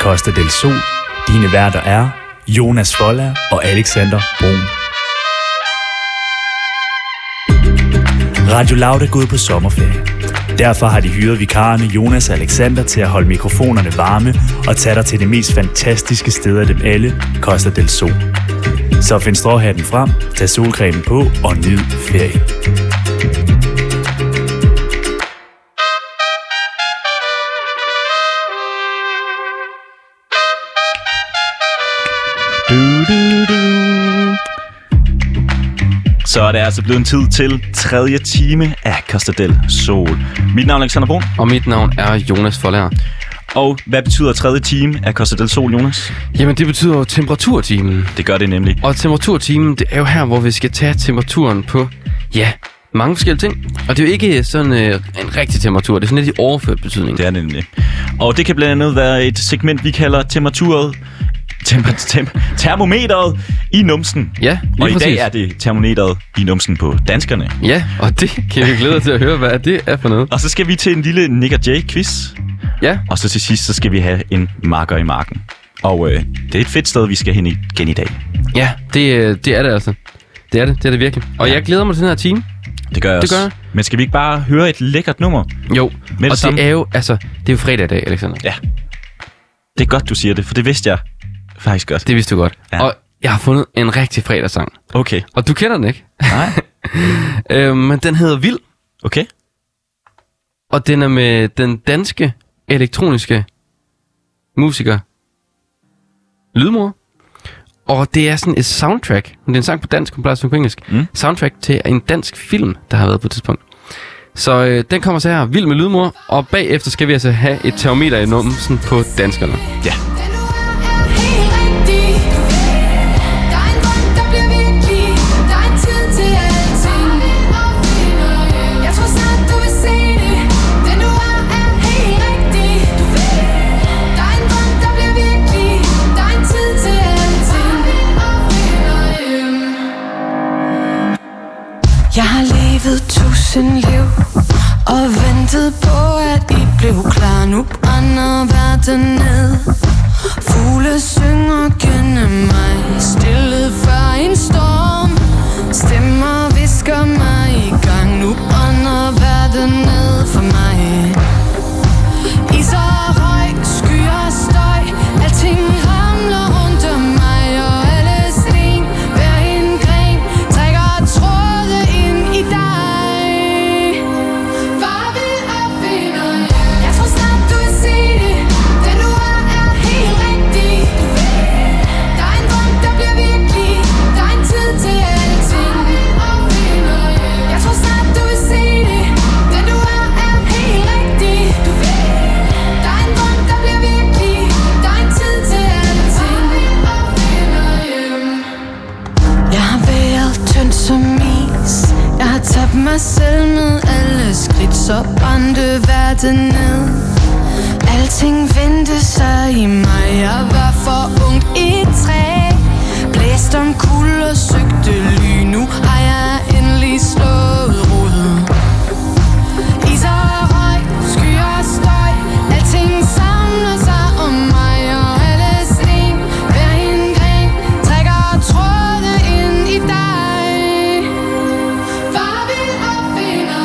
Costa del Sol. Dine værter er Jonas Folla og Alexander Brun. Radio Loud er gået på sommerferie. Derfor har de hyret vikarerne Jonas og Alexander til at holde mikrofonerne varme og tage dig til det mest fantastiske sted af dem alle, Costa del Sol. Så find stråhatten frem, tag solcremen på og nyd ferie. Så er det altså blevet en tid til tredje time af Costa del Sol. Mit navn er Alexander Brun, Og mit navn er Jonas Forlærer. og hvad betyder tredje time af Costa del Sol, Jonas? Jamen, det betyder jo temperaturtimen. Det gør det nemlig. Og temperaturtimen, det er jo her, hvor vi skal tage temperaturen på, ja, mange forskellige ting. Og det er jo ikke sådan øh, en rigtig temperatur, det er sådan lidt i overført betydning. Det er det nemlig. Og det kan blandt andet være et segment, vi kalder temperaturet, temper, tem, termometeret i numsen. Ja, lige og i dag præcis. er det termometeret i numsen på danskerne. Ja, og det kan vi glæde jer til at høre, hvad det er for noget. Og så skal vi til en lille Nick og Jay-quiz. Ja, Og så til sidst, så skal vi have en marker i marken. Og øh, det er et fedt sted, vi skal hen igen i dag. ja, det, øh, det er det altså. Det er det, det er det virkelig. Og jeg glæder mig til den her time. Det gør jeg Det også. gør jeg. Men skal vi ikke bare høre et lækkert nummer? Jo, det og samme. det er jo, altså, det er jo fredag i dag, Alexander. Ja. Det er godt, du siger det, for det vidste jeg faktisk godt. Det vidste du godt. Ja. Ja. Og jeg har fundet en rigtig fredagssang. Okay. Og du kender den ikke, Nej. øh, men den hedder Vild. Okay. Og den er med den danske elektroniske musiker Lydmor. Og det er sådan et soundtrack. Men Det er en sang på dansk, hun plejer at synge på engelsk. Mm. Mm. Soundtrack til en dansk film, der har været på et tidspunkt. Så øh, den kommer så her, vild med lydmor, og bagefter skal vi altså have et termometer i numsen på danskerne. Ja. Jeg har levet tusind liv Og ventet på at I blev klar Nu brænder verden ned Fugle synger kende mig Stille før en storm Stemmer visker mig i gang Nu brænder verden ned for mig Is og røg, skyer og støj Alting ramler rundt om mig Og alle sten, hver en gren Trækker tråde ind i dig Far vil opfinde Jeg tror snart du vil se det Den du er, er helt rigtig Du ved Der er en drøm, der bliver virkelig Der er en tid til alting Jeg tror snart du vil se det Den du er, er helt rigtig Du ved der er en drøm, der bliver virkelig. Der er en tid til alting. Jeg har været tynd som is Jeg har tabt mig selv med alle skridt Så brændte verden ned Alting vendte sig i mig Jeg var for ung i træ Blæst om kul og søgte ly Nu har jeg endelig slået rod Is og røg, skyer og støj Alting samler sig om mig Og alle sten, hver en gren Trækker tråde ind i dig Far vil opfinde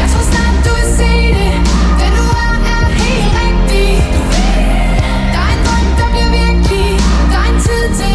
Jeg tror snart du vil se det Den du er, er helt rigtig Du ved, der er en drøm, der bliver virkelig Der er en tid til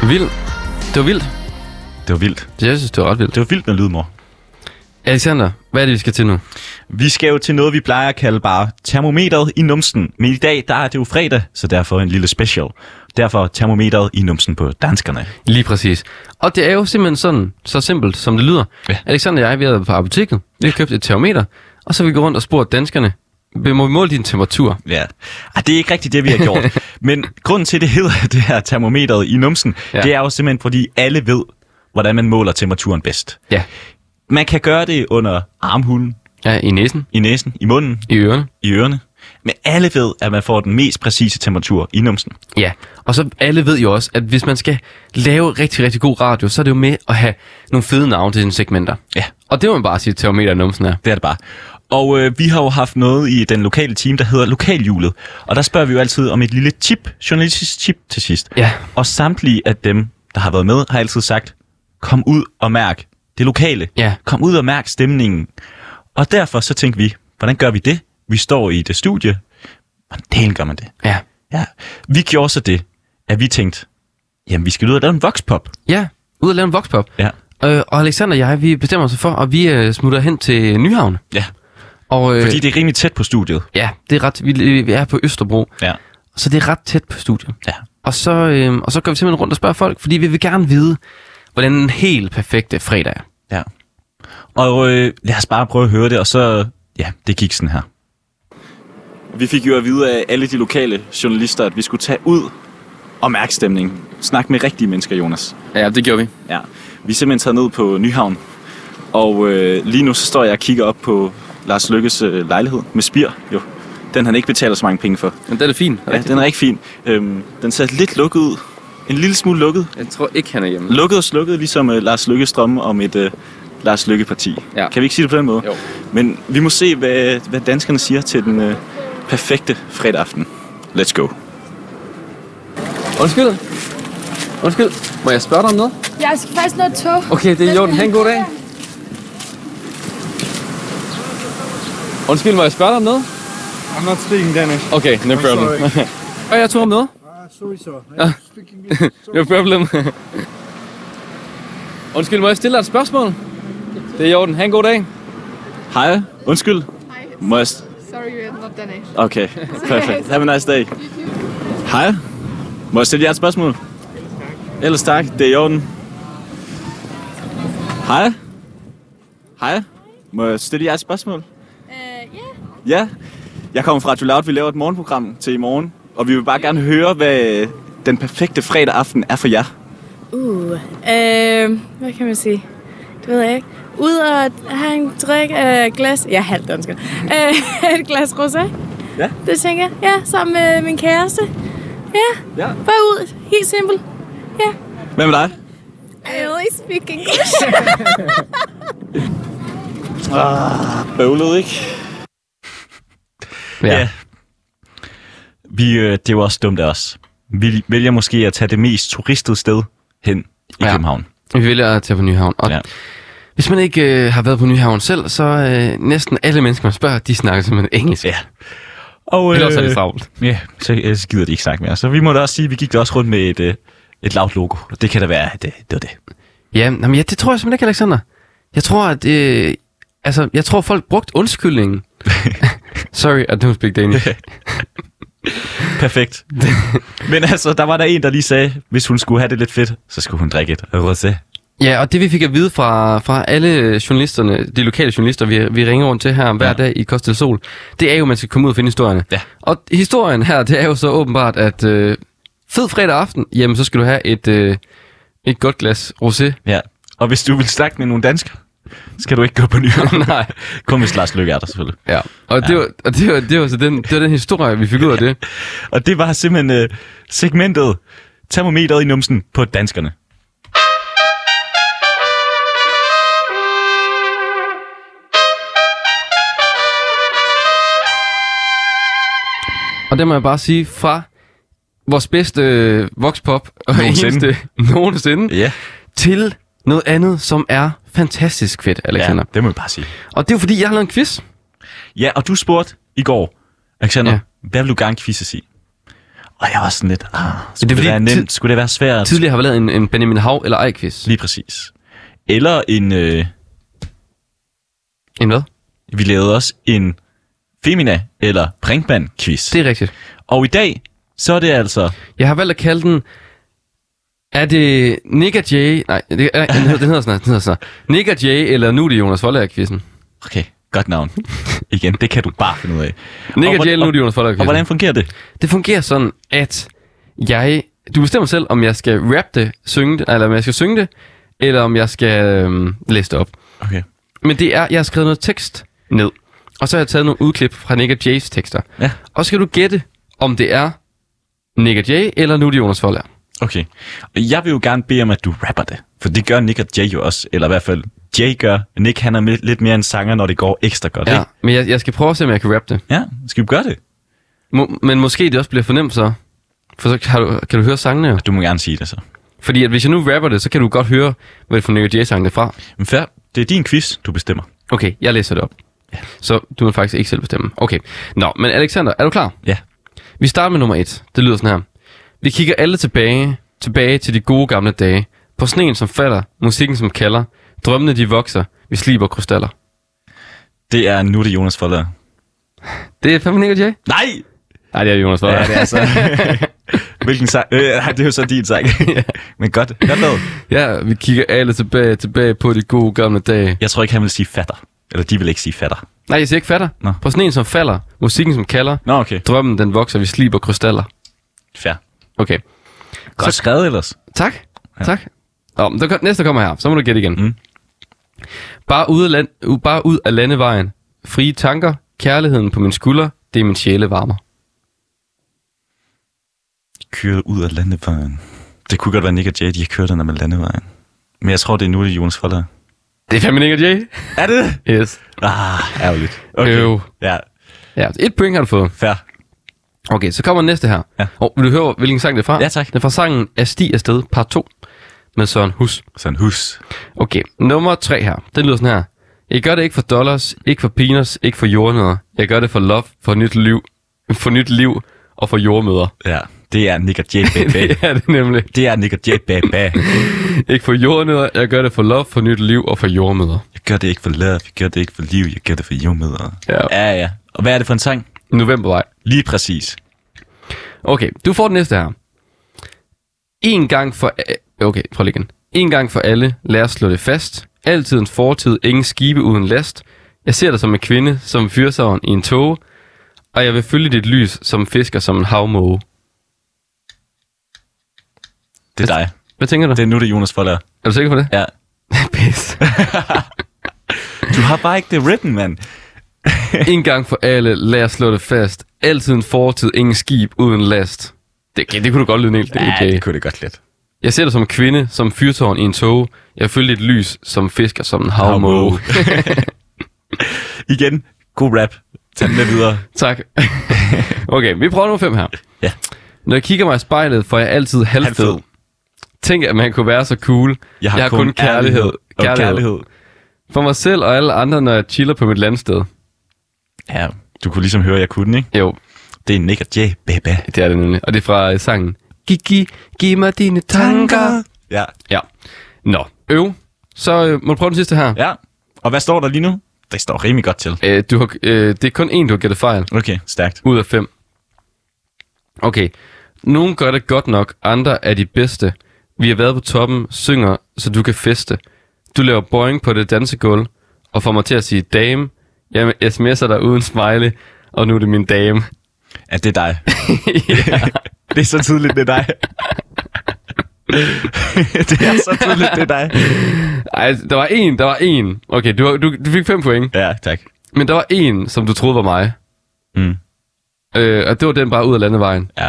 Det var vildt. Det var vildt. Det, jeg synes, det var ret vildt. Det var vildt med lydmor. Alexander, hvad er det, vi skal til nu? Vi skal jo til noget, vi plejer at kalde bare termometeret i numsen. Men i dag, der er det jo fredag, så derfor en lille special. Derfor termometeret i numsen på danskerne. Lige præcis. Og det er jo simpelthen sådan, så simpelt som det lyder. Ja. Ja. Alexander og jeg, vi har været på apoteket, vi har købt et termometer, og så har vi gået rundt og spurgt danskerne, "Vil- må vi måle din temperatur? Ja. Ej, det er ikke rigtigt det, vi har gjort. Men grunden til, det hedder det her termometeret i numsen, ja. Ja. det er jo simpelthen, fordi alle ved, hvordan man måler temperaturen bedst. Ja. Man kan gøre det under armhulen, Ja, i næsen, i næsen, i munden, i ørerne. i ørerne. Men alle ved, at man får den mest præcise temperatur i numsen. Ja, og så alle ved jo også, at hvis man skal lave rigtig, rigtig god radio, så er det jo med at have nogle fede navne til sine segmenter. Ja. Og det må man bare sige, at termometer numsen er. Det er det bare. Og øh, vi har jo haft noget i den lokale team, der hedder Lokalhjulet. Og der spørger vi jo altid om et lille tip, journalistisk tip til sidst. Ja. Og samtlige af dem, der har været med, har altid sagt, kom ud og mærk det lokale. Ja. Kom ud og mærk stemningen. Og derfor så tænkte vi, hvordan gør vi det? Vi står i det studie. Hvordan delen gør man det? Ja. Ja. Vi gjorde så det, at vi tænkte, jamen vi skal ud og lave en voxpop. Ja, ud og lave en voxpop. Ja. Øh, og Alexander og jeg, vi bestemmer os for, og vi øh, smutter hen til Nyhavn. Ja. Og, øh, Fordi det er rimelig tæt på studiet. Ja, det er ret, vi, vi er på Østerbro, Ja. så det er ret tæt på studiet. Ja. Og så, øh, og så går vi simpelthen rundt og spørger folk, fordi vi vil gerne vide, hvordan en helt perfekte fredag er. Ja. Og øh, lad os bare prøve at høre det, og så... Ja, det gik sådan her. Vi fik jo at vide af alle de lokale journalister, at vi skulle tage ud og mærke stemningen. Snak med rigtige mennesker, Jonas. Ja, det gjorde vi. Ja. Vi er simpelthen taget ned på Nyhavn, og øh, lige nu så står jeg og kigger op på Lars Lykkes øh, lejlighed med spir, jo. Den han ikke betaler så mange penge for. Men det er da fint. Ja, den er rigtig fin. Øhm, den ser lidt lukket ud. En lille smule lukket. Jeg tror ikke, han er hjemme. Lukket og slukket, ligesom uh, Lars Lykkes drømme om et uh, Lars Lykke-parti. Ja. Kan vi ikke sige det på den måde? Jo. Men vi må se, hvad, hvad danskerne siger til den uh, perfekte fredag aften. Let's go. Undskyld. Undskyld. Må jeg spørge dig om noget? Jeg skal faktisk nå et tog. Okay, det er i orden. Ha' en god dag. Undskyld, må jeg spørge dig om noget? I'm not speaking Danish. Okay, no problem. Og jeg tog om noget. Ah, sorry, sir. I'm speaking English. No problem. Undskyld, må jeg stille dig et spørgsmål? Det er i orden. Ha' en god dag. Hej. Undskyld. Må jeg... s- Sorry, you're not Danish. Okay, perfekt. Have a nice day. Hej. Må jeg stille jer et spørgsmål? Ellers tak. Det er i orden. Hej. Hej. Må jeg stille jer et spørgsmål? Ja, jeg kommer fra Too Loud. Vi laver et morgenprogram til i morgen. Og vi vil bare gerne høre, hvad den perfekte fredag aften er for jer. Uh, øh, hvad kan man sige? Det ved jeg ikke. Ud og have en drik af øh, glas... Jeg er halvt dansker. Øh, et glas rosé. Ja. Det tænker jeg. Ja, sammen med min kæreste. Ja, Ja. bare ud. Helt simpelt. Hvad med dig? I only speak English. Bøvlet, ikke? Ja. Vi, øh, det var også dumt af os. Vi vælger måske at tage det mest turistede sted hen i Ja. København. Vi vælger at tage på Nyhavn. Og Ja. ja. hvis man ikke øh, har været på Nyhavn selv, så øh, næsten alle mennesker, man spørger, de snakker simpelthen engelsk. Ja. Og, øh, Ellers er det travlt. Ja, så, øh, så gider de ikke snakke mere. Så vi må da også sige, at vi gik da også rundt med et, øh, et lavt logo. Og det kan da være, at det, det var det. Ja, jamen, ja, det tror jeg simpelthen ikke, Alexander. Jeg tror, at... Øh, altså, jeg tror, folk brugte undskyldningen. Sorry, I don't speak Danish. Perfekt. Men altså, der var der en, der lige sagde, hvis hun skulle have det lidt fedt, så skulle hun drikke et rosé. Ja, og det vi fik at vide fra, fra alle journalisterne, de lokale journalister, vi, vi ringer rundt til her hver Ja. ja. dag i Costa del Sol, det er jo, at man skal komme ud og finde historierne. Ja. Og historien her, det er jo så åbenbart, at øh, fed fredag aften, jamen så skal du have et, øh, et godt glas rosé. Ja. Og hvis du vil snakke med nogle danskere, skal du ikke gå på nyhederne. Nej. Kun hvis Lars Lykke er der, selvfølgelig. Ja. Og, det, var, og det, var, det var så den, det var den historie, vi fik ud af det. Og det var simpelthen øh, segmentet termometeret i numsen på danskerne. Og det må jeg bare sige, fra vores bedste øh, voxpop og Nogensinde. eneste nogensinde, Ja, til noget andet, som er fantastisk fedt, Alexander. ja det må vi bare sige. Og det er jo fordi, jeg har lavet en quiz. Ja, og du spurgte i går, Alexander, ja. Ja. hvad vil du gerne quizze i? Og jeg var sådan lidt, ah, skulle det, det det er fordi være tid- nemt? Skulle det være svært? Tidligere har vi lavet en, en Benjamin Hav eller ej quiz. Lige præcis. Eller en, øh, En hvad? vi lavede også en Femina eller Brinkmann-quiz. Det er rigtigt. Og i dag, så er det altså... Jeg har valgt at kalde den... Er det Nick og Jay... Nej, det, er, den, hedder, den hedder sådan her, den hedder sådan her. Nick og Jay, eller nu er det Jonas Vollager-quizzen. Okay, godt navn. Igen, det kan du bare finde ud af. Nick og hvor- Jay, eller nu er det Jonas Og Vollager-quizzen. hvordan fungerer det? Det fungerer sådan, at jeg... Du bestemmer selv, om jeg skal rap det, synge det, eller om jeg skal synge det, eller om jeg skal øhm, læse det op. Okay. Men det er, jeg har skrevet noget tekst ned, og så har jeg taget nogle udklip fra Nick og Jays tekster. Ja. Og så skal du gætte, om det er Nick og Jay, eller nu er det Jonas Vollager. Okay. Og jeg vil jo gerne bede om, at du rapper det. For det gør Nick og Jay jo også. Eller i hvert fald, Jay gør. Nick, han er med, lidt mere en sanger, når det går ekstra godt, Ja, ikke? men jeg, jeg skal prøve at se, om jeg kan rappe det. Ja, skal vi gøre det? Må, men måske det også bliver for nemt så. For så har du, kan du høre sangene jo. Du må gerne sige det så. Fordi at hvis jeg nu rapper det, så kan du godt høre, hvad det for Nick Jay sang det er fra. Men fair, det er din quiz, du bestemmer. Okay, jeg læser det op. Så du må faktisk ikke selv bestemme. Okay. Nå, men Alexander, er du klar? Ja. Vi starter med nummer et. Det lyder sådan her. Vi kigger alle tilbage, tilbage til de gode gamle dage. På sneen som falder, musikken som kalder, drømmene de vokser, vi sliber krystaller. Det er nu, det er Jonas Folder. Det er fandme Nick Jay. Nej! Nej, det er Jonas Voller. Ja, det altså. er så. Hvilken sang? Øh, nej, det er jo så din sang. Men godt, godt lavet. ja, vi kigger alle tilbage, tilbage på de gode gamle dage. Jeg tror ikke, han vil sige fatter. Eller de vil ikke sige fatter. Nej, jeg siger ikke fatter. Nå. På sneen som falder, musikken som kalder, Nå, okay. drømmen den vokser, vi sliber krystaller. Fair. Okay, Godt skrevet ellers. tak. Ja. Tak. Nå, men der, kom- næste kommer her, så må du gætte igen. Mm. Bare, ud af land, u- bare ud af landevejen. Frie tanker, kærligheden på min skulder, det er min sjæle varmer. Kørt ud af landevejen. Det kunne godt være Nick og Jay, de har kørt den med landevejen. Men jeg tror, det er nu, det er Jonas Folder. Det er fandme ikke, Jay. Er det? Yes. Ah, ærgerligt. Øv. Ja, Ja, et point har du fået. fair. Okay, så kommer næste her. Ja. Og vil du høre, hvilken sang det er fra? Ja, tak. Det er fra sangen Af Sti Afsted, part 2, med Søren Hus. Sådan hus. Okay, nummer tre her. Den lyder sådan her. Jeg gør det ikke for dollars, ikke for peanuts, ikke for jordnødder. Jeg gør det for love, for nyt liv, for nyt liv og for jordmøder. Ja, det er Nick og Jay, baby. Det er det nemlig. det er Nick og Jay, baby. Ikke for jordnødder, jeg gør det for love, for nyt liv og for jordmøder. Jeg gør det ikke for love, jeg gør det ikke for liv, jeg gør det for jordmøder. Ja. ja, ja. Og hvad er det for en sang? Novembervej. Lige præcis. Okay, du får den næste her. En gang for... a- Okay, prøv lige igen. En gang for alle, lad os slå det fast. Altid en fortid, ingen skibe uden last. Jeg ser dig som en kvinde, som en fyrsavn i en tog. Og jeg vil følge dit lys, som en fisker, som en havmåge. Det er dig. Hvad tænker du? Det er nu, det er Jonas Folder. Er du sikker på det? Ja. Pis. Du har bare ikke det written, mand. en gang for alle, lad os slå det fast. Altid en fortid, ingen skib uden last. Det, det kunne du godt lyde helt. Ja, okay. kunne det godt lidt. Jeg ser dig som en kvinde, som fyrtårn i en tog. Jeg følger dit lys, som fisker, som en havmåge. Igen, god rap. Tag den med videre. tak. Okay, vi prøver nummer 5 her. Ja. Når jeg kigger mig i spejlet, får jeg altid halvfed. Halvfed. Tænk, at man kunne være så cool. Og kærlighed. kærlighed. For mig selv og alle andre, når jeg chiller på mit landsted. Ja, du kunne ligesom høre, at jeg kunne den, ikke? Jo, Det er Nick og Jay, baby. det er det nemlig. Og det er fra øh, sangen. Gigi, giv mig dine tanker. Ja. Ja. Nå, øv. Så øh, må du prøve den sidste her. ja. Og hvad står der lige nu? Det står rimelig godt til. Øh, du har, øh, det er kun en, du har gættet fejl. Okay, stærkt. Ud af fem. Okay. Nogen gør det godt nok, andre er de bedste. Vi har været på toppen, synger, så du kan feste. Du laver boing på det dansegulv, og får mig til at sige, dame, jeg sms'er dig uden smiley, og nu er det min dame. Ja, det er dig. det er så tydeligt, det er dig. det er så tydeligt, det er dig. Ej, der var en, der var en. Okay, du, har- du, du fik fem point, Ja, tak. men der var en, som du troede var mig. Mm. Øh, og det var den bare ud af landevejen. Ja.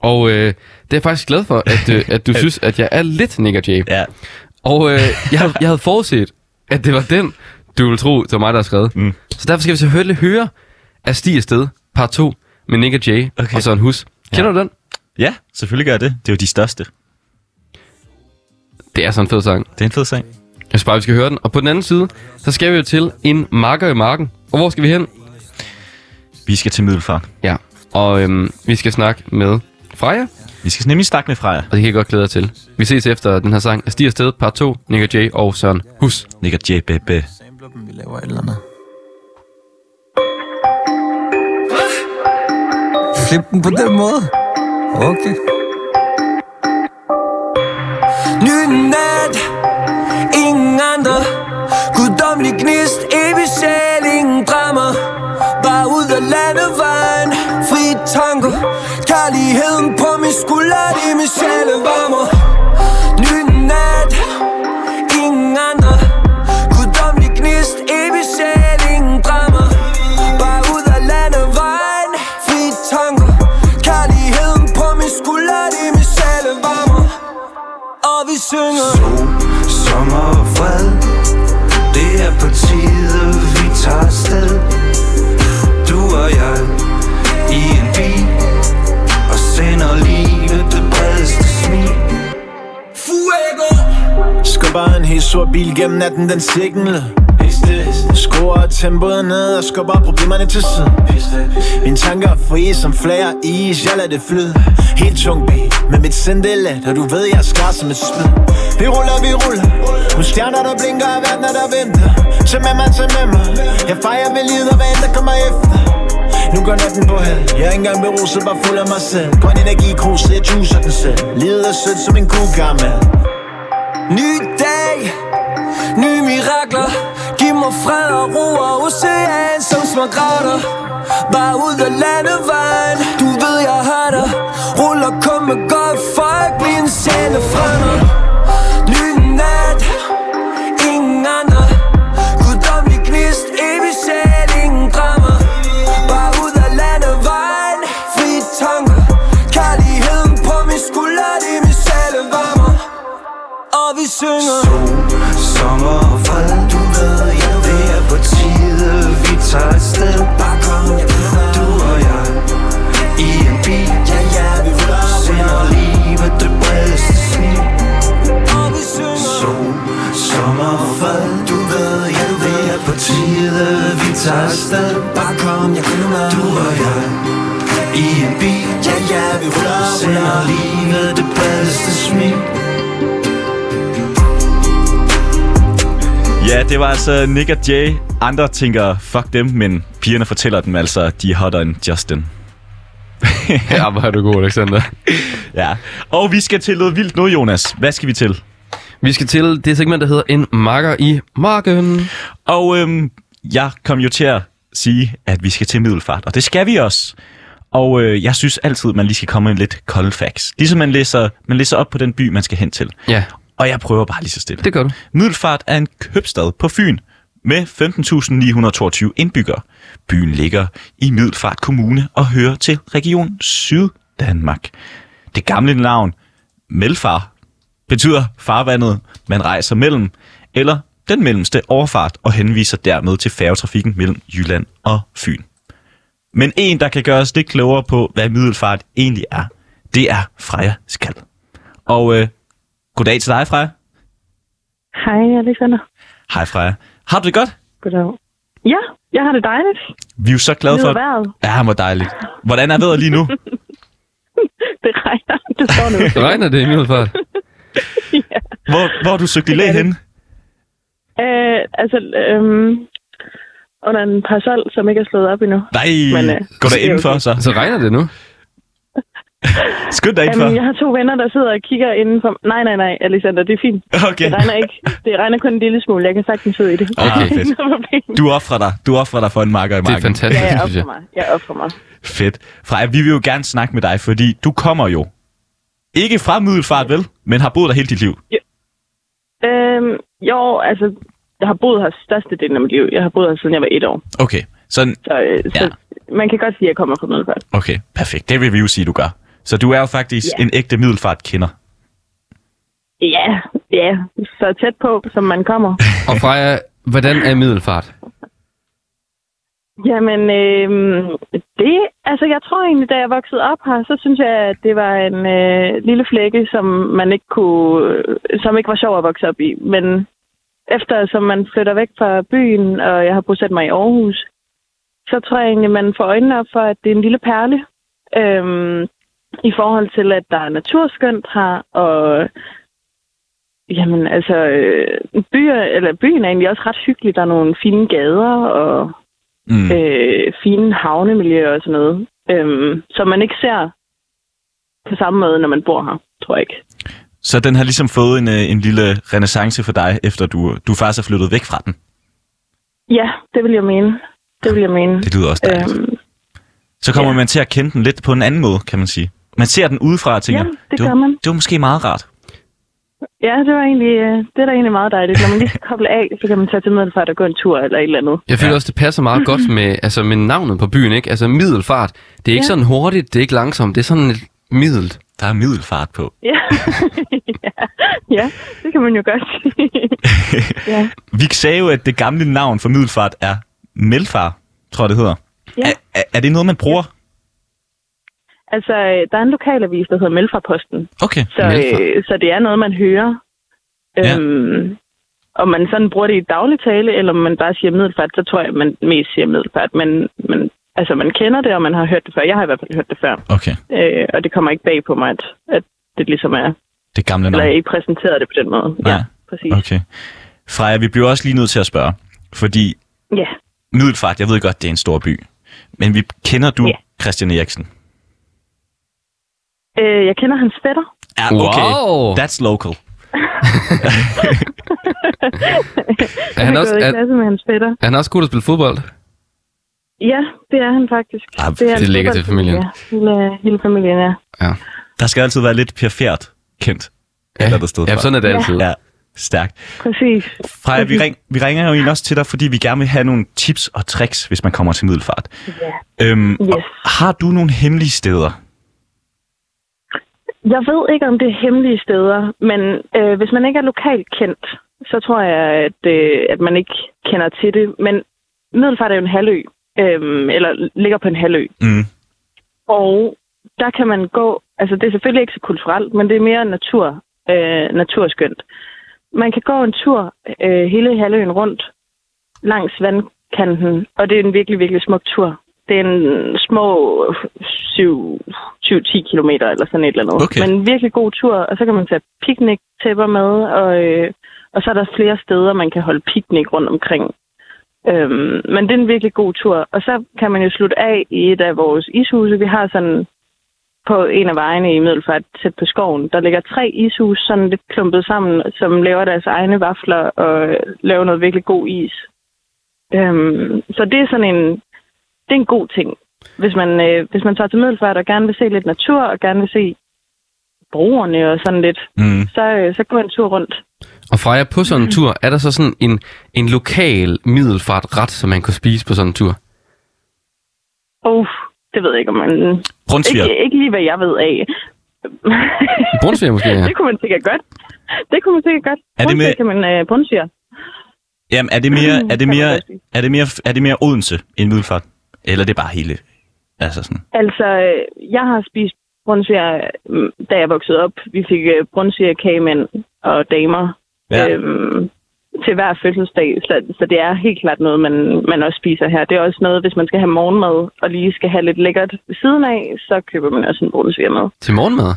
Og øh, det er jeg faktisk glad for, at, øh, at du synes, at jeg er lidt Nick og Jay. Ja. Og øh, jeg, havde, jeg havde forudset, at det var den, du ville tro, det var mig, der havde skrevet. Mm. Så derfor skal vi selvfølgelig høre af Stig Afsted, part 2, med Nick og Jay okay. Okay. og Søren Hus. Kender ja. du den? ja, selvfølgelig gør jeg det. Det er jo de største. Det er sådan en fed sang. Det er en fed sang. Jeg synes bare, vi skal høre den. Og på den anden side, så skal vi jo til en marker i marken. Og hvor skal vi hen? Vi skal til Middelfart. Ja. Og øhm, vi skal snakke med Freja, Vi skal nemlig snakke med Freja. og det kan jeg godt glæde jer til. Vi ses efter den her sang af Stig Sted, part 2, Nick og Jay og Søren Hus. Nick og JBB. Sampler dem, vi laver et eller andet. Flip den på den måde? Okay. Ny nat, ingen andre Guddommelig gnist, evig sjæl, ingen drama Bare ud af landevejen, fri tanker Kærligheden på min skulder, det er min sjæle varmer Ny nat, ingen andre Guddommelig gnist, evig sjæl, ingen drama Bare ud af landevejen, fri tanker Kærligheden på min skulder, det er min sjæle varmer Og vi synger Sol, sommer og fred Det er på tide, vi tager sted Du og jeg i en bil Og sender livet det bredeste smil Fuego Skubber en helt sort bil gennem natten, den signal Skruer tempoet ned og skubber problemerne til siden Mine tanker er frie som flager i is, jeg lader det flyde Helt tung beat, men mit sind det er let, og du ved jeg er skar som et spyd Vi ruller, vi ruller, nu stjerner der blinker og verdener der venter Tag med mig, tag med mig, jeg fejrer ved livet og hvad end der kommer efter nu går natten på held Jeg er ikke engang beruset, bare fuld af mig selv Grøn energi, krus, jeg juicer den selv Livet er sødt som en kugammel Ny dag, nye mirakler Giv mig fred og ro og ocean som smaragder Bare ud af landevejen, du ved jeg har dig Ruller kun med godt folk, min sjæle frænder Ny nat, ingen andre Guddommelig gnist, evig sjæl, ingen drama Bare ud af landevejen, fri tanker Kærligheden på min skulder, det er min sjæle varmer og vi synger Sol, sommer og fred Du ved, jeg ved Det er på tide, vi tager et sted Bare kom, du og jeg I en bil Ja, ja, vi vil Sender livet det bredeste smil Og vi synger Sol, sommer og fred Du ved, jeg ved Det er på tide, vi tager et sted Bare kom, jeg kunne med Du og jeg i en bil, ja ja, vi ruller, sender livet det bredeste smil Ja, det var altså Nick og Jay. Andre tænker, fuck dem, men pigerne fortæller dem altså, at de er hotter end Justin. Ja, hvor er du god, Alexander. Ja. Og vi skal til noget vildt nu, Jonas. Hvad skal vi til? Vi skal til det segment, der hedder En Marker i Marken. Og øhm, jeg kom jo til at sige, at vi skal til Middelfart, og det skal vi også. Og øh, jeg synes altid, man lige skal komme med lidt kolde facts. Ligesom man læser, man læser op på den by, man skal hen til. Ja, Og jeg prøver bare lige så stille. det gør du. Middelfart er en købstad på Fyn med 15.922 indbyggere. Byen ligger i Middelfart Kommune og hører til Region Syddanmark. Det gamle navn, Melfar, betyder farvandet, man rejser mellem, eller den mellemste overfart og henviser dermed til færgetrafikken mellem Jylland og Fyn. Men en, der kan gøre os lidt klogere på, hvad Middelfart egentlig er, det er Freja Skal. Og øh, goddag til dig, Freja. Hej, Alexander. Hej Freja. Har du det godt? Goddag. Ja, jeg har det dejligt. Vi er jo så glade for... Nyder vejret. Ja, hvor dejligt. Hvordan er vejret lige nu? Det regner. Det står nu. Regner det i Middelfart? Hvor, hvor har du søgt i læge er det. henne? øh, altså, øhm, under en parasol, som ikke er slået op endnu. Nej, Men, øh, gå da det er indenfor okay. så. Så regner det nu? Skynd dig indenfor. Jamen, jeg har to venner, der sidder og kigger indenfor. Nej, nej, nej, Alexander, det er fint. Okay. Det regner ikke. Det regner kun en lille smule. Jeg kan sagtens sidde i det. Okay, fedt. Ingen problem. Du offrer dig. Du offrer dig for en marker i Det marken. er fantastisk, Ja, jeg synes jeg. opfra mig. Jeg opfra mig. Fedt. Freja, vi vil jo gerne snakke med dig, fordi du kommer jo. Ikke fra Middelfart, vel? Men har boet der hele dit liv. Øhm, jo, altså, jeg har boet her størstedelen af mit liv. Jeg har boet her, siden jeg var et år. Okay. Sådan, Så, øh, ja. så man kan godt sige, at jeg kommer fra Middelfart. okay. Perfekt. Det vil vi jo sige, du gør. Så du er jo faktisk Ja. en ægte Middelfart-kender. Ja, ja. Så tæt på, som man kommer. Og Freja, hvordan er Middelfart? Jamen, øh, det, altså jeg tror egentlig, da jeg voksede op her, så synes jeg, at det var en øh, lille flække, som man ikke kunne, som ikke var sjov at vokse op i. Men efter som man flytter væk fra byen, og jeg har bosat mig i Aarhus, så tror jeg egentlig, man får øjnene op for, at det er en lille perle, Øhm, I forhold til, at der er naturskønt her, og jamen, altså, øh, byer, eller byen er egentlig også ret hyggelig. Der er nogle fine gader og mm. øh, fine havnemiljøer og sådan noget, øhm, som man ikke ser på samme måde, når man bor her, tror jeg ikke. Så den har ligesom fået en, øh, en lille renaissance for dig, efter du, du faktisk er flyttet væk fra den. Ja, det vil jeg mene. Det vil jeg mene. Det lyder også dejligt. Øhm, Så kommer man til at kende den lidt på en anden måde, kan man sige. Man ser den udefra og tænker, Ja, det var, gør man. det var måske meget rart. ja, det var egentlig, øh, det er da egentlig meget dejligt. Når man lige skal koble af, så kan man tage til Middelfart og gå en tur eller et eller andet. Jeg føler ja. også, det passer meget godt med, altså med navnet på byen, ikke? Altså middelfart. Det er ikke Ja. ja. sådan hurtigt, det er ikke langsomt, det er sådan lidt middelt. Der er middelfart på. Ja. ja, ja, det kan man jo godt sige. ja. Vi sagde jo, at det gamle navn for middelfart er Melfar, tror jeg det hedder. ja. Er, er det noget, man bruger? Altså, øh, der er en lokalavis, der hedder Melfra-posten. Okay. Så, øh, så det er noget, man hører. Ja. Øhm, om man sådan bruger det i daglig tale, eller om man bare siger middelfart, så tror jeg, man mest siger middelfart. Men, men altså, man kender det, og man har hørt det før. Jeg har i hvert fald hørt det før. Okay. Øh, og det kommer ikke bag på mig, at, at det ligesom er... Det gamle Eller navn. jeg ikke præsenterede det på den måde. Nej. Ja, præcis. Okay. Freja, vi bliver også lige nødt til at spørge, fordi Ja. Middelfart, jeg ved godt, det er en stor by, men vi kender du Christian Eriksen? Øh, jeg kender hans fætter. Ja, okay. Wow. That's local. Er han, jeg også, har gået i er, klasse med hans fætter. er han også god til at spille fodbold? Ja, det er han faktisk. Ah, er det en ligger til fodboldfamilie. familien. Ja, hele, hele familien, ja. Ja. Der skal altid være lidt perfekt kendt. Ja, der sted ja, fra. sådan er det Ja. altid. Ja, stærkt. Præcis. Freja, vi, ring, vi ringer jo egentlig også til dig, fordi vi gerne vil have nogle tips og tricks, hvis man kommer til Middelfart. Ja. Øhm, yes. Har du nogle hemmelige steder? Jeg ved ikke, om det er hemmelige steder, men øh, hvis man ikke er lokalt kendt, så tror jeg, at, øh, at man ikke kender til det. Men Middelfart er jo en halvø, øh, eller ligger på en halvø. Mm. Og der kan man gå, altså det er selvfølgelig ikke så kulturelt, men det er mere natur, øh, naturskønt. Man kan gå en tur øh, hele halvøen rundt langs vandkanten, og det er en virkelig, virkelig smuk tur. Det er en små 7-10 kilometer eller sådan et eller andet. Okay. Men en virkelig god tur, og så kan man tage picnic-tæpper med, og, øh, og så er der flere steder, man kan holde picnic rundt omkring. Øhm, men det er en virkelig god tur. Og så kan man jo slutte af i et af vores ishuse. Vi har sådan på en af vejene i Middelfart, tæt på skoven, der ligger tre ishus, sådan lidt klumpet sammen, som laver deres egne vafler og øh, laver noget virkelig god is. Øhm, så det er sådan en, det er en god ting. Hvis man, øh, hvis man tager til Middelfart og gerne vil se lidt natur, og gerne vil se broerne og sådan lidt, Mm. så, øh, så gå en tur rundt. Og Freja, på sådan en tur, er der så sådan en, en lokal middelfart ret, som man kunne spise på sådan en tur? Uff, det ved jeg ikke, om man... Brunsviger. Ikke, ikke lige, hvad jeg ved af. Brunsviger måske, ja. Det kunne man sikkert godt. Det kunne man sikkert godt. Er det med- Brunsviger kan man øh, brunsviger. Jamen, er det mere, Mm, er det kan man mere, godt er det mere, er det mere Odense end Middelfart? Eller er det bare hele? Altså sådan. Altså, øh, jeg har spist brunsviger, øh, da jeg voksede op. Vi fik øh, brunsvigerkagemænd og damer Ja. øhm, til hver fødselsdag. Så, så det er helt klart noget, man, man også spiser her. Det er også noget, hvis man skal have morgenmad og lige skal have lidt lækkert ved siden af, så køber man også en brunsviger med. Til morgenmad?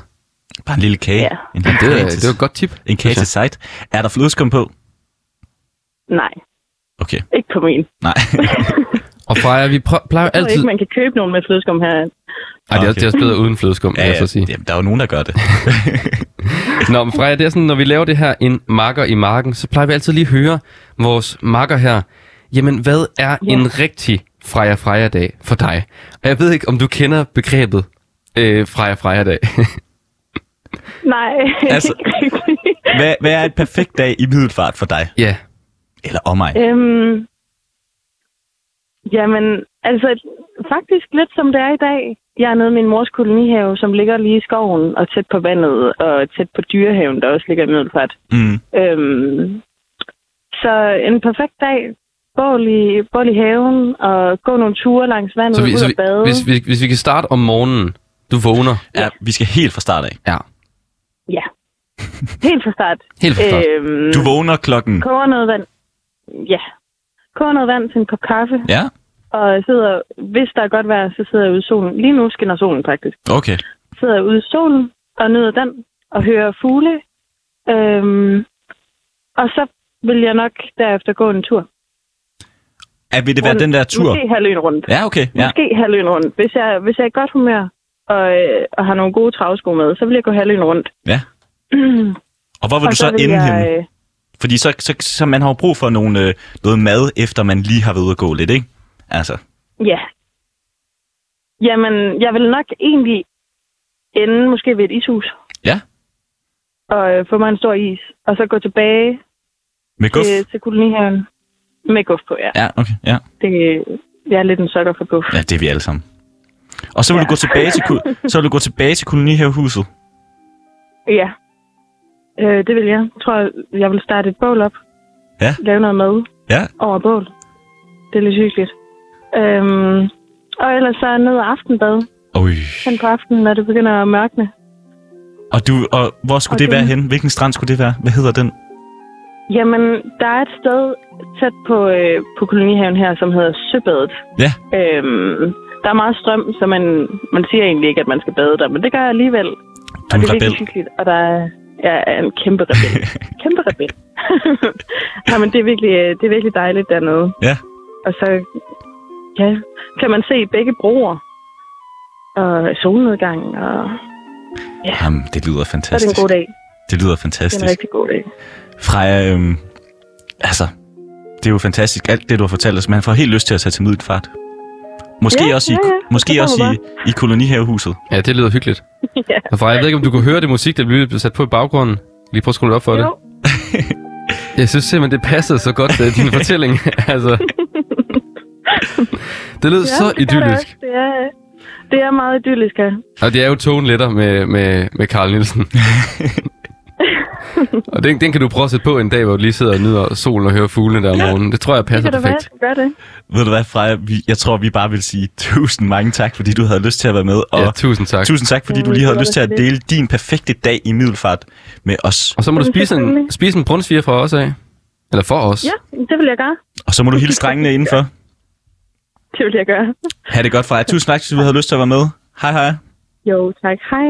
Bare en lille kage. Ja. En lille Det er- kage det var et godt tip. En kage til site. Er der flødeskum på? Nej, Okay, ikke på min. nej. Og Freja, vi prø- plejer jo Jeg tror altid... ikke, man kan købe nogen med flødeskum her. Ej, det er, også, det er også bedre uden flødeskum, Ja, ja, jeg ja. så sige. Jamen, der er jo nogen, der gør det. Nå, men Freja, det er sådan, når vi laver det her en marker i marken, så plejer vi altid lige at høre vores marker her. Jamen, hvad er Ja. en rigtig Freja Freja-dag for dig? Og jeg ved ikke, om du kender begrebet øh, Freja Freja-dag. Nej, Altså, ikke rigtigt. Hvad, hvad er et perfekt dag i Middelfart for dig? Ja. Eller om mig? Øhm, jamen, altså faktisk lidt som det er i dag. Jeg er nede i min mors kolonihave, som ligger lige i skoven og tæt på vandet og tæt på dyrehaven, der også ligger i Middelfart. Mm. Øhm, så en perfekt dag. Bål i, bål i haven og gå nogle ture langs vandet, Så, vi, ud så og vi, bade. hvis, vi, hvis vi kan starte om morgenen, du vågner. Ja, vi skal helt fra start af. Ja. Ja. Helt fra start. Helt fra start. Øhm, Du vågner klokken... Koger noget vand. Ja. Koger noget vand til en kop kaffe. Ja. og sidder, hvis der er godt vejr, så sidder jeg ude i solen. Lige nu skinner solen faktisk. Okay. Sidder jeg ude i solen og nyder den, og hører fugle. Øhm, og så vil jeg nok derefter gå en tur. Er, vil det være Rundt. den der tur? Måske halvøen rundt. Ja, okay. Ja. Måske halvøen rundt. Hvis jeg, hvis jeg er i godt humør og, øh, og har nogle gode travsko med, så vil jeg gå halvøen rundt. ja. Og hvor vil Og du så så, vil ende jeg, henne? øh, Fordi så, så, så man har jo brug for nogle, øh, noget mad, efter man lige har været ude at gå lidt, ikke? Altså, Ja. Jamen, jeg vil nok egentlig ende måske ved et ishus ja. og øh, få mig en stor is, og så gå tilbage Med guf? Øh, til, til kolonihaven med guf på, ja. Ja, okay, ja. Det, jeg er lidt en sukker for guf. Ja, det er vi alle sammen. Og så vil, ja. du, gå tilbage til, kol- så vil du gå tilbage til kolonihavehuset. Ja. Øh, det vil jeg. Jeg tror, jeg vil starte et bål op. Ja. Lave noget mad Ja. over bål. Det er lidt hyggeligt. Øhm, og ellers så ned og aftenbad. Oj. Hen på aftenen, når det begynder at mørkne. Og, du, og hvor skulle Og okay. det være den- henne? Hvilken strand skulle det være? Hvad hedder den? Jamen, der er et sted tæt på, øh, på kolonihaven her, som hedder Søbadet. Ja. Øhm, der er meget strøm, så man, man siger egentlig ikke, at man skal bade der, men det gør jeg alligevel. Du er en og det er virkelig rebel. hyggeligt, og der er, jeg er en kæmpe rebel. kæmpe rebel. Nej, men det er, virkelig, øh, det er virkelig dejligt dernede. Ja. Og så ja, kan man se begge broer og solnedgang, og Ja. Jamen, det lyder så er fantastisk. det en god dag. Det lyder Det er fantastisk. en rigtig god dag. Freja, øhm, altså, det er jo fantastisk, alt det, du har fortalt os. Man får helt lyst til at tage til Middelfart. Måske Ja, også, i, ja, ja. Måske Det også får man i, i kolonihavehuset. Ja, det lyder hyggeligt. ja. Og Freja, jeg ved ikke, om du kunne høre det musik, der blev sat på i baggrunden. Lige prøv at skrue lidt op for Jo. det. jeg synes simpelthen, det passede så godt, øh, din fortælling. altså. Det lød ja, så det gør det idyllisk. også. Det er, øh, det er meget idyllisk her. Og det er jo tonen letter med, med, med Carl Nielsen. og den, den kan du prøve at sætte på en dag, hvor du lige sidder og nyder solen og hører fuglene der om morgenen. Det tror jeg passer det kan da være, perfekt. at jeg gør det. Ved du hvad, Freja, vi, jeg tror, vi bare vil sige tusind mange tak, fordi du havde lyst til at være med. Og Ja, tusind tak. Tusind tak, fordi du Mm, lige det havde var lyst til da at så lidt. dele din perfekte dag i Middelfart med os. Og så må du spise en, Selvfølgelig. spise en brunsviger fra os af. Eller for os. Ja, det vil jeg gøre. Og så må du hilse drengene indenfor. Det vil jeg gøre. Ha' det godt, Freja. Tusind tak, fordi du havde lyst til at være med. Hej, hej. Jo, tak. Hej.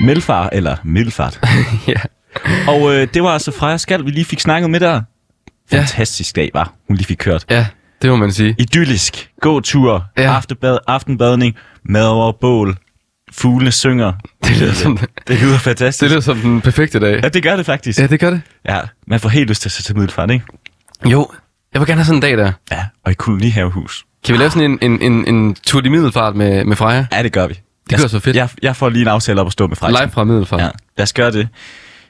Melfar, eller Middelfart. ja. Og øh, det var altså Freja Skal, vi lige fik snakket med der. Fantastisk dag, var. Hun lige fik kørt. Ja, det må man sige. Idyllisk. Gåtur, ja. aftenbad, aftenbadning, mad over bål, fuglene synger. Det lyder, som, det lyder fantastisk. Det lyder som den perfekte dag. Ja, det gør det faktisk. Ja, det gør det. Ja, man får helt lyst til at tage til Middelfart, ikke? Jo, jeg vil gerne have sådan en dag der. Ja, og i kolonihavehus. Kan vi lave sådan en, en, en, en tur i middelfart med, med Freja? Ja, det gør vi. Det gør så fedt. Jeg, jeg får lige en aftale op at stå med Frejsen. Live fra middelfart. Ja, lad os gøre det.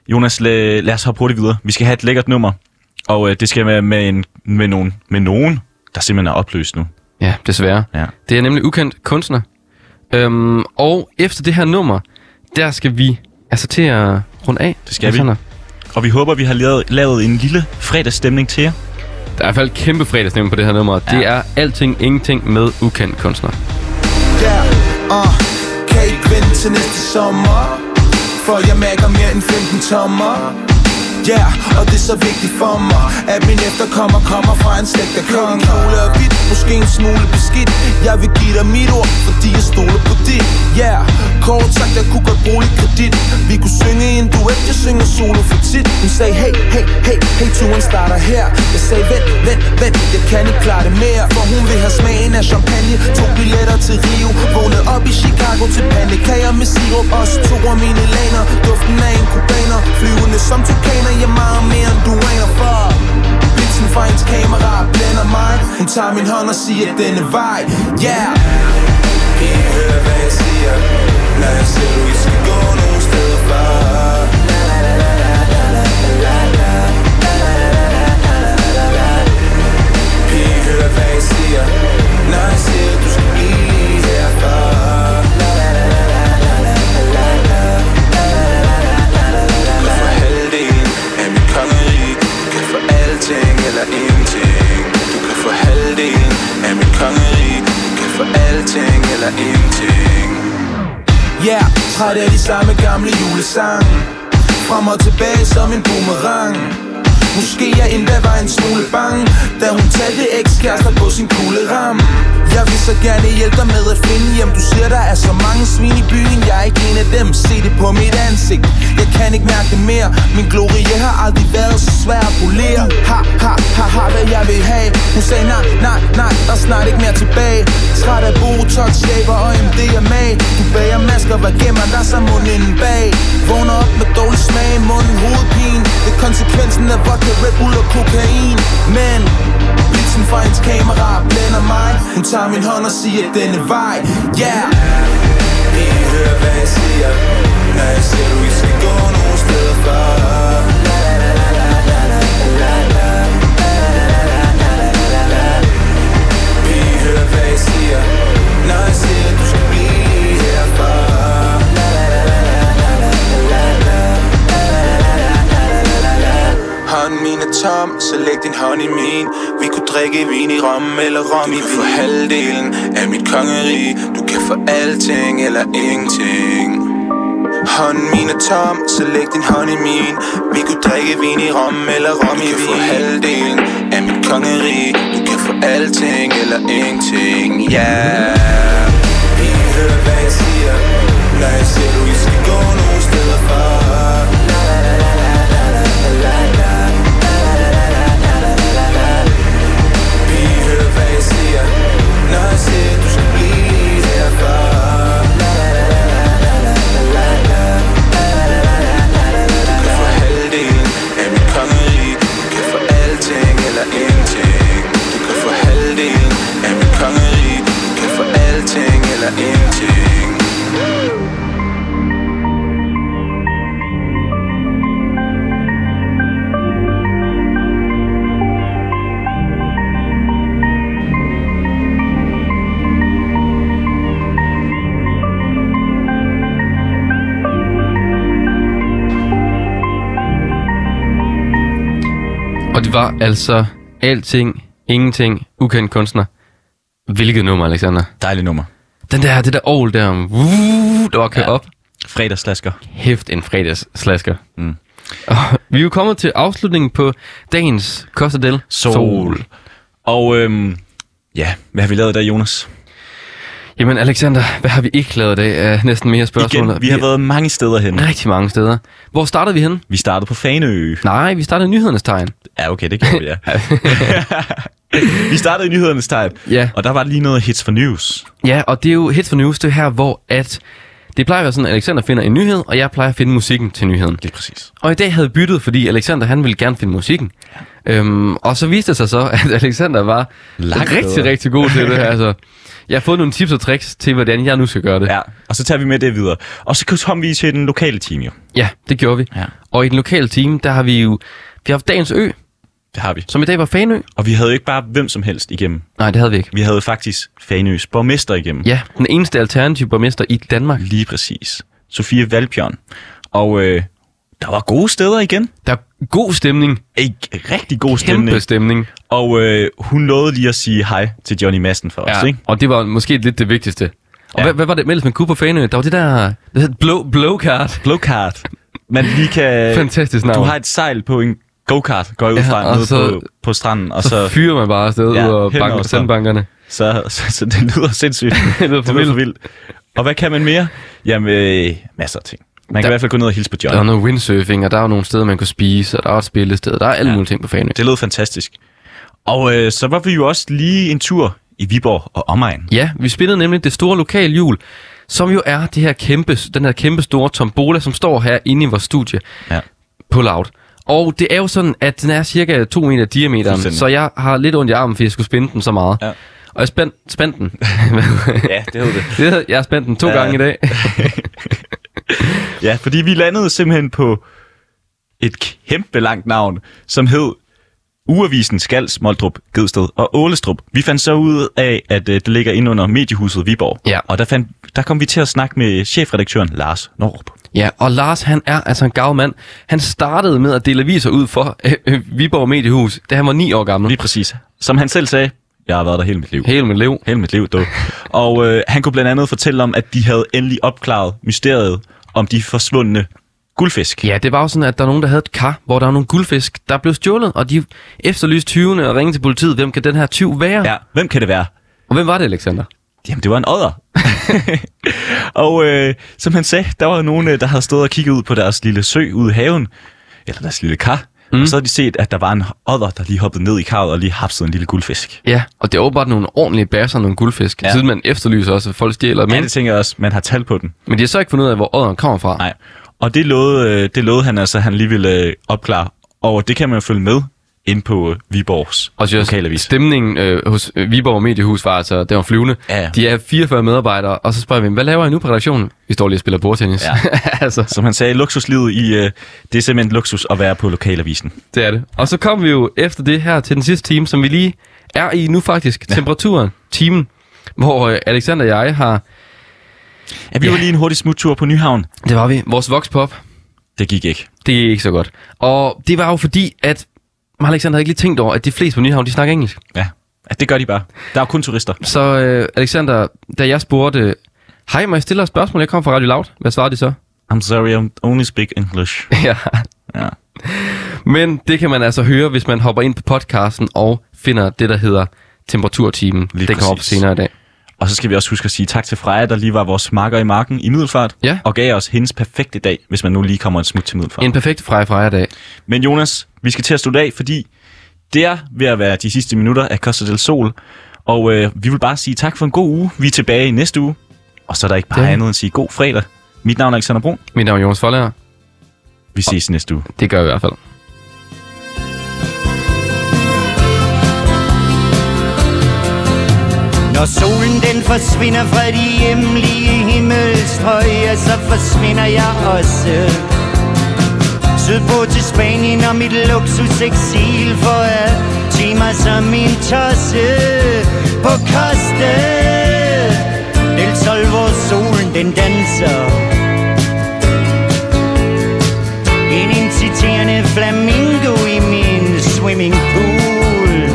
Jonas, lad, lad os hoppe hurtigt videre. Vi skal have et lækkert nummer, og øh, det skal være med, en, med, nogen, med nogen, der simpelthen er opløst nu. Ja, desværre. Ja. Det er nemlig ukendt kunstner. Øhm, og efter det her nummer, der skal vi altså til at runde af. Det skal vi. Og vi håber, vi har lavet, lavet en lille fredagsstemning til jer. Der er i hvert fald kæmpe fredagsnemme på det her nummer. Ja. Det er alting ingenting med ukendt kunstner. Ja, uh, kan ikke vente til næste sommer For jeg mærker mere end 15 tommer Ja, yeah, og det er så vigtigt for mig At min efterkommer kommer fra en slægt af konger Kugle og hvidt, måske en smule beskidt Jeg vil give dig mit ord, fordi jeg stoler på dit Ja, yeah, kort sagt, jeg kunne godt bruge lidt kredit Vi kunne synge i en duet, jeg synger solo for tit Hun sagde, hey, hey, hey, hey, turen starter her Jeg sagde, vent, vent, vent, jeg kan ikke klare det mere For hun vil have smagen af champagne To billetter til Rio Vågnet op i Chicago til pandekager med sirup Også to af mine laner Duften af en kubaner Flyvende som tukaner Jeg er meget mere end du aner for Blitzen fra hendes kamera blænder mig Hun tager min hånd og siger denne vej Yeah Ingen hører hvad jeg siger Når jeg siger du ikke skal gå nogen steder fra La, la, la, la, la, la, la, la, la, la. Pige, hør hvad jeg siger Når jeg siger, du skal blive lige herfra La, la, la, la, la, la, la, la, la. Du får halvdelen af mit kongerige. Du kan få alting eller ingenting. Du kan få halvdelen af mit kongerige. Du kan få alting eller ingenting. Ja, yeah, træt af de samme gamle julesange Frem og tilbage som en boomerang Måske jeg endda var en smule bange Da hun talte ekskærester på sin kugle ram Jeg vil så gerne hjælpe dig med at finde hjem Du siger der er så mange svin i byen Jeg er ikke en af dem, se det på mit ansigt Jeg kan ikke mærke det mere Min glorie har aldrig været så svær at polere Ha, ha, ha, ha, hvad jeg vil have Hun sagde nej, nej, nej, der er snart ikke mere tilbage Træt af Botox, shaver og MDMA Du bager masker, hvad gemmer der sig munden bag Vågner op med dårlig smag i munden, hovedpine Det er konsekvensen af vodka, Red Bull og kokain Men blitzen fra hendes kamera blænder mig Hun tager min hånd og siger denne vej, yeah Ingen hører, hvad jeg siger Når jeg siger, du ikke skal gå nogen steder fra La, la, la, la, la, la, la, la, la. Ingen hører, hvad jeg siger Når jeg siger, du skal blive lige herfra La, la, la, la, la, la, la, la, la. Hånden min er tom, så læg din hånd i min Vi kunne drikke vin i rom eller rom i vin Du kan halvdelen af mit kongerige Du kan få alting eller ingenting Hånden min er tom, så læg din hånd i min Vi kunne drikke vin i rom eller rom i vin Du kan få halvdelen af mit kongerige Du kan få alting eller ingenting, yeah Ingen hører, hvad jeg siger Når jeg siger, du ikke skal gå nogen steder fra La, la, la, la, la, la, la, la, la. Ingen hører, hvad jeg siger Når jeg siger, du skal blive lige herfra La, la, la, la, la, la, la, la, la. Du kan få halvdelen af mit kongerige Du kan få alting eller ingenting Du kan få halvdelen af mit kongerige Du kan få alting eller ingenting Og det var altså alting, ingenting, ukendt kunstner. Hvilket nummer, Alexander? Dejligt nummer. Den der, det der ovl der, uh, der var kørt ja. op. Fredagslasker. Hæft en fredagsslasker. Mm. Og vi er jo kommet til afslutningen på dagens Costa del Sol. Sol. Og øhm, ja, hvad har vi lavet i dag, Jonas? Jamen Alexander, hvad har vi ikke lavet i dag? Er næsten mere spørgsmål. Igen, vi har været mange steder hen. Rigtig mange steder. Hvor startede vi henne? Vi startede på Faneø. Nej, vi startede i nyhedernes tegn. Ja, okay, det gjorde vi, ja. vi startede i nyhedernes tegn, Ja. og der var lige noget hits for news. Ja, og det er jo Hits for News, det er her, hvor at det plejer at være sådan, at Alexander finder en nyhed, og jeg plejer at finde musikken til nyheden. Lige præcis. Og i dag havde vi byttet, fordi Alexander han ville gerne finde musikken. Ja. Øhm, og så viste det sig så, at Alexander var Langt Langt rigtig, bedre. rigtig god til det her. Altså. Jeg har fået nogle tips og tricks til, hvordan jeg nu skal gøre det. Ja. Og så tager vi med det videre. Og så kom vi til den lokale team jo. Ja, det gjorde vi. Ja. Og i den lokale team, der har vi jo... Vi har haft Dagens Ø. Det har vi. Som i dag var Fanø. Og vi havde jo ikke bare hvem som helst igennem. Nej, det havde vi ikke. Vi havde faktisk Fanøs borgmester igennem. Ja, den eneste alternative borgmester i Danmark. Lige præcis. Sofie Valbjørn. Og øh, der var gode steder igen. Der er god stemning. Ikke rigtig god Kæmpe stemning. stemning. Og øh, hun lovede lige at sige hej til Johnny Madsen for os, ikke? og det var måske lidt det vigtigste. Og ja. hvad, hvad, var det ellers man kunne på Fanø? Der var det der, det hedder blow, blowcard. Blowcard. Man lige kan... Fantastisk navn. Du har et sejl på en go-kart, går jeg ud Ja, fra, og ja, nede så- på, på stranden. Og så, så, så fyrer man bare afsted ja, hen ud og over banker, stranden. sandbankerne. Så, så, så det lyder sindssygt. det lyder for vildt. Og hvad kan man mere? Jamen, øh, masser af ting. Man kan Der- i hvert fald gå ned og hilse på Der er Johnny. noget windsurfing, og der er nogle steder, man kunne spise, og der er et spillested. Der er alle ja. mulige ting på Fanø. Det lød fantastisk. Og øh, så var vi jo også lige en tur i Viborg og omegn. Ja, vi spillede nemlig det store lokale jul, som jo er det her kæmpe, den her kæmpe store tombola, som står her inde i vores studie Ja. på Loud. Og det er jo sådan, at den er cirka 2 meter diameteren, Fuldstændig. så jeg har lidt ondt i armen, fordi jeg skulle spænde den så meget. Ja. Og jeg spændt, spændt den. Ja, det hed det. Det hedder- jeg har spændt den to Ja. ja. gange i dag. Ja, fordi vi landede simpelthen på et kæmpe langt navn, som hed Uavisen Skals, Moldrup, Gedsted og Ålestrup. Vi fandt så ud af, at øh, det ligger inde under mediehuset Viborg. Ja. Og der, fandt, der kom vi til at snakke med chefredaktøren Lars Norup. Ja, og Lars, han er altså en gav mand. Han startede med at dele aviser ud for øh, øh, Viborg Mediehus, da han var 9 år gammel. Lige præcis. Som han selv sagde, Jeg har været der hele mit liv. Hele mit liv? Hele mit liv, du. Og øh, han kunne blandt andet fortælle om, at de havde endelig opklaret mysteriet om de forsvundne guldfisk. Ja, det var jo sådan, at der er nogen, der havde et kar, hvor der var nogle guldfisk, der blev stjålet, og de efterlyste tyvene og ringede til politiet. Hvem kan den her tyv være? Ja, hvem kan det være? Og hvem var det, Alexander? Jamen, det var en odder. og øh, som han sagde, der var nogen, øh, der havde stået og kigget ud på deres lille sø ude i haven, eller deres lille kar, mm. og så havde de set, at der var en odder, der lige hoppede ned i karret og lige hapsede en lille guldfisk. Ja, og det er åbenbart nogle ordentlige basser, nogle guldfisk. Ja. Siden man efterlyser også, at folk stjæler dem. Ja, det tænker jeg også. Man har tal på den. Men de har så ikke fundet ud af, hvor odderen kommer fra. Nej. Og det lovede, øh, det lovede han altså, at han lige ville øh, opklare. Og det kan man jo følge med ind på øh, Viborgs Og så lokalavis. stemningen øh, hos øh, Viborg Mediehus var altså, det var flyvende. Ja. De er 44 medarbejdere, og så spørger vi, dem, hvad laver I nu på redaktionen? Vi står lige og spiller bordtennis. Ja. altså. Som han sagde, luksuslivet i, øh, det er simpelthen luksus at være på lokalavisen. Det er det. Og så kom vi jo efter det her til den sidste time, som vi lige er i nu faktisk. Ja. Temperaturen, timen, hvor øh, Alexander og jeg har... Ja, vi var lige en hurtig smuttur på Nyhavn. Det var vi. Vores voxpop. Det gik ikke. Det gik ikke så godt. Og det var jo fordi, at Alexander havde ikke lige tænkt over, at de fleste på Nyhavn, de snakker engelsk. Ja, at det gør de bare. Der er jo kun turister. Så øh, Alexander, da jeg spurgte, hej, må jeg stille dig et spørgsmål? Jeg kom fra Radio Loud. Hvad svarede de så? I'm sorry, I only speak English. ja. ja. Men det kan man altså høre, hvis man hopper ind på podcasten og finder det, der hedder temperaturtimen. Lige det kommer op senere i dag. Og så skal vi også huske at sige tak til Freja, der lige var vores marker i marken i Middelfart, ja. og gav os hendes perfekte dag, hvis man nu lige kommer en smut til Middelfart. En perfekt Freja Freja dag. Men Jonas, vi skal til at slutte af, fordi det er ved at være de sidste minutter af Costa del Sol, og øh, vi vil bare sige tak for en god uge. Vi er tilbage i næste uge, og så er der ikke bare Ja. ja. andet end at sige god fredag. Mit navn er Alexander Brun. Mit navn er Jonas Forlærer. Vi ses næste uge. Det gør vi i hvert fald. Når solen den forsvinder fra de hjemlige himmelstrøg, ja, så forsvinder jeg også. Sydpå til Spanien og mit luksuseksil for at tage mig som min tosse på koste. Del sol, hvor solen den danser. En inciterende flamingo i min swimming pool.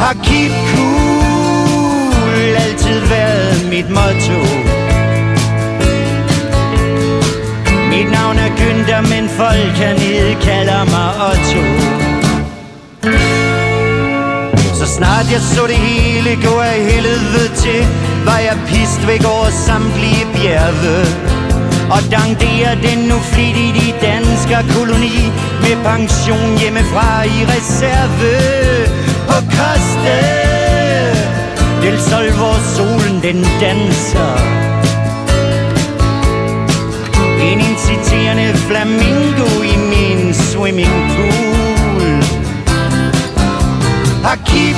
Har keep cool altid været mit motto Mit navn er Günther, men folk hernede kalder mig Otto Så snart jeg så det hele gå af helvede til Var jeg pist væk over samtlige bjerge og dankderer den nu flittige dansker koloni Med pension hjemmefra i reserve på koste Del sol, hvor solen den danser En inciterende flamingo i min swimming pool Har keep